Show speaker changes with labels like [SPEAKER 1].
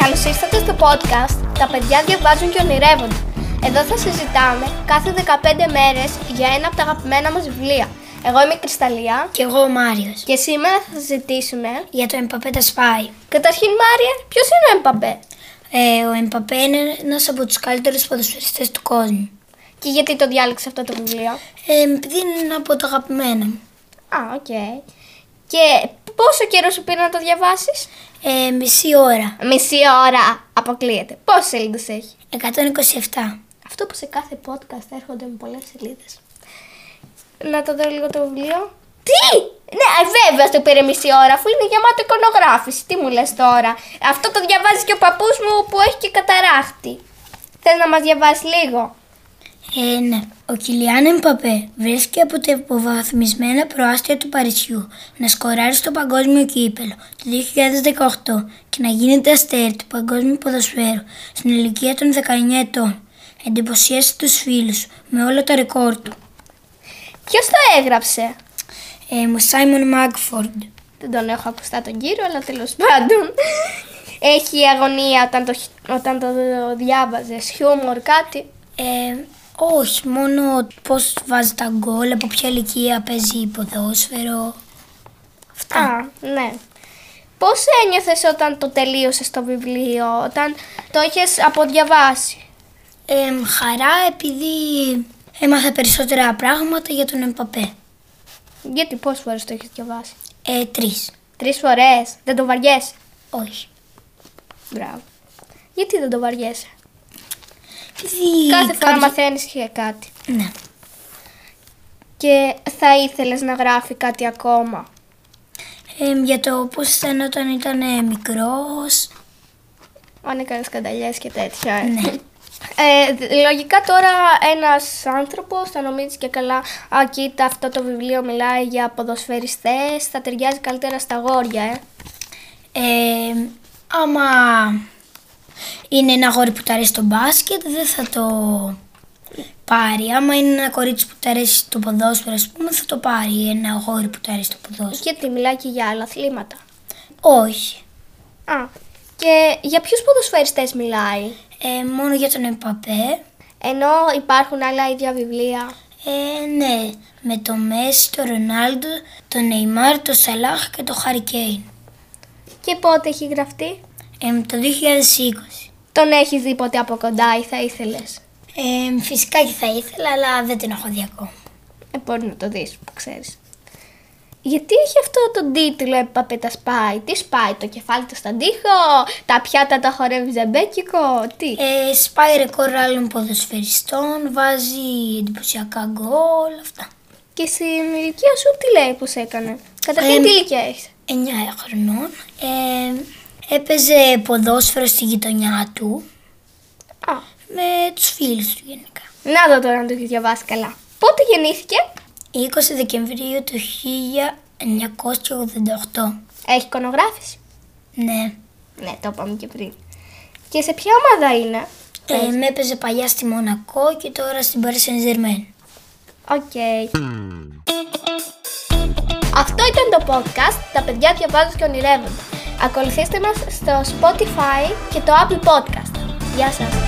[SPEAKER 1] Καλώς ήρθατε στο podcast «Τα παιδιά διαβάζουν και ονειρεύονται». Εδώ θα συζητάμε κάθε 15 μέρες για ένα από τα αγαπημένα μας βιβλία. Εγώ είμαι η Κρυσταλλία
[SPEAKER 2] Κι εγώ ο Μάριος.
[SPEAKER 1] και σήμερα θα συζητήσουμε...
[SPEAKER 2] Για το Εμπαπέ τα σπάει.
[SPEAKER 1] Καταρχήν Μάρια, ποιος είναι ο Εμπαμπέ
[SPEAKER 2] Ε, ο Εμπαπέ είναι ένας από τους καλύτερους ποδοσφαιριστές του κόσμου.
[SPEAKER 1] και γιατί το διάλεξε αυτό το βιβλίο.
[SPEAKER 2] Ε, επειδή είναι ένα από τα αγαπημένα μου.
[SPEAKER 1] Α, οκ. Και πόσο καιρό σου πήρε να το διαβάσεις?
[SPEAKER 2] Ε, μισή ώρα.
[SPEAKER 1] Μισή ώρα αποκλείεται. Πόσες σελίδες έχει?
[SPEAKER 2] 127.
[SPEAKER 1] Αυτό που σε κάθε podcast έρχονται με πολλές σελίδες. Να το δω λίγο το βιβλίο. Τι! Ναι, ε, βέβαια στο πήρε μισή ώρα, αφού είναι γεμάτο εικονογράφηση. Τι μου λες τώρα. Αυτό το διαβάζει και ο παππούς μου που έχει και καταράχτη. Θες να μας διαβάσεις λίγο.
[SPEAKER 2] Ε, ναι. Ο Κιλιάν Εμπαπέ βρέθηκε από τα υποβαθμισμένα προάστια του Παρισιού να σκοράρει στο παγκόσμιο κύπελο το 2018 και να γίνεται αστέρι του παγκόσμιου ποδοσφαίρου στην ηλικία των 19 ετών. Εντυπωσίασε τους φίλους του με όλα τα ρεκόρ του.
[SPEAKER 1] Ποιος το έγραψε.
[SPEAKER 2] Ε, μου Σάιμον Μάγκφορντ.
[SPEAKER 1] Δεν τον έχω ακουστά τον κύριο, αλλά τέλος πάντων. Έχει αγωνία όταν το, χι- όταν το διάβαζες. Χιούμορ, κάτι.
[SPEAKER 2] Ε, όχι, μόνο πώς βάζει τα γκολ, από ποια ηλικία παίζει ποδόσφαιρο. Αυτά.
[SPEAKER 1] Α, ναι. Πώς ένιωθες όταν το τελείωσες το βιβλίο, όταν το είχες αποδιαβάσει.
[SPEAKER 2] Ε, χαρά επειδή έμαθα περισσότερα πράγματα για τον Εμπαπέ.
[SPEAKER 1] Γιατί πόσες φορές το έχεις διαβάσει.
[SPEAKER 2] Ε, τρεις.
[SPEAKER 1] Τρεις φορές. Δεν το βαριέσαι.
[SPEAKER 2] Όχι.
[SPEAKER 1] Μπράβο. Γιατί δεν το βαριέσαι.
[SPEAKER 2] Επειδή
[SPEAKER 1] Κάθε φορά
[SPEAKER 2] κάποιος-
[SPEAKER 1] μαθαίνεις και κάτι.
[SPEAKER 2] Ναι.
[SPEAKER 1] Και θα ήθελες να γράφει κάτι ακόμα.
[SPEAKER 2] Ε, για το πώς ήταν όταν ήταν ε, μικρός.
[SPEAKER 1] Αν έκανε σκανταλιέ και τέτοια. ε.
[SPEAKER 2] Ναι.
[SPEAKER 1] Ε, δ- λογικά τώρα ένας άνθρωπος θα νομίζεις και καλά «Α, κοίτα αυτό το βιβλίο μιλάει για ποδοσφαιριστές, θα ταιριάζει καλύτερα στα γόρια, ε».
[SPEAKER 2] Ε, άμα είναι ένα αγόρι που τα αρέσει το μπάσκετ, δεν θα το πάρει. Άμα είναι ένα κορίτσι που τα αρέσει το ποδόσφαιρο, ας πούμε, θα το πάρει ένα αγόρι που τα αρέσει το ποδόσφαιρο.
[SPEAKER 1] Γιατί μιλάει και για άλλα αθλήματα.
[SPEAKER 2] Όχι.
[SPEAKER 1] Α, και για ποιους ποδοσφαιριστές μιλάει.
[SPEAKER 2] Ε, μόνο για τον Εμπαπέ.
[SPEAKER 1] Ενώ υπάρχουν άλλα ίδια βιβλία.
[SPEAKER 2] Ε, ναι, με το Μέση, το Ρονάλντο, τον Νεϊμάρ, το Σαλάχ και το Χαρικέιν.
[SPEAKER 1] Και πότε έχει γραφτεί.
[SPEAKER 2] Ε, το 2020.
[SPEAKER 1] Τον έχεις δει ποτέ από κοντά ή θα ήθελες.
[SPEAKER 2] Ε, φυσικά και θα ήθελα, αλλά δεν την έχω δει ακόμα.
[SPEAKER 1] Ε, μπορεί να το δεις, που ξέρεις. Γιατί έχει αυτό τον τίτλο «Επαπέ τα σπάει». Τι σπάει, το κεφάλι του στον τοίχο, τα πιάτα τα χορεύει ζεμπέκικο, τι.
[SPEAKER 2] Ε, σπάει ρεκόρ άλλων ποδοσφαιριστών, βάζει εντυπωσιακά γκολ, αυτά.
[SPEAKER 1] Και στην ηλικία σου τι λέει πως έκανε. Καταρχήν
[SPEAKER 2] Ε,
[SPEAKER 1] τι ηλικία έχεις.
[SPEAKER 2] 9 χρονών. Ε, έπαιζε ποδόσφαιρο στη γειτονιά του,
[SPEAKER 1] Α,
[SPEAKER 2] με τους φίλους του γενικά.
[SPEAKER 1] να δω τώρα αν το έχεις διαβάσει καλά. Πότε γεννήθηκε.
[SPEAKER 2] 20 Δεκεμβρίου του 1988.
[SPEAKER 1] Έχει εικονογράφηση.
[SPEAKER 2] Ναι.
[SPEAKER 1] Ναι, το είπαμε και πριν. Και σε ποια ομάδα είναι.
[SPEAKER 2] Ε, με έπαιζε παλιά στη Μονακό και τώρα στην Paris Saint-Germain.
[SPEAKER 1] Οκ. Αυτό ήταν το podcast «Τα παιδιά διαβάζουν και ονειρεύονται». Ακολουθήστε μας στο Spotify και το Apple Podcast. Γεια σας.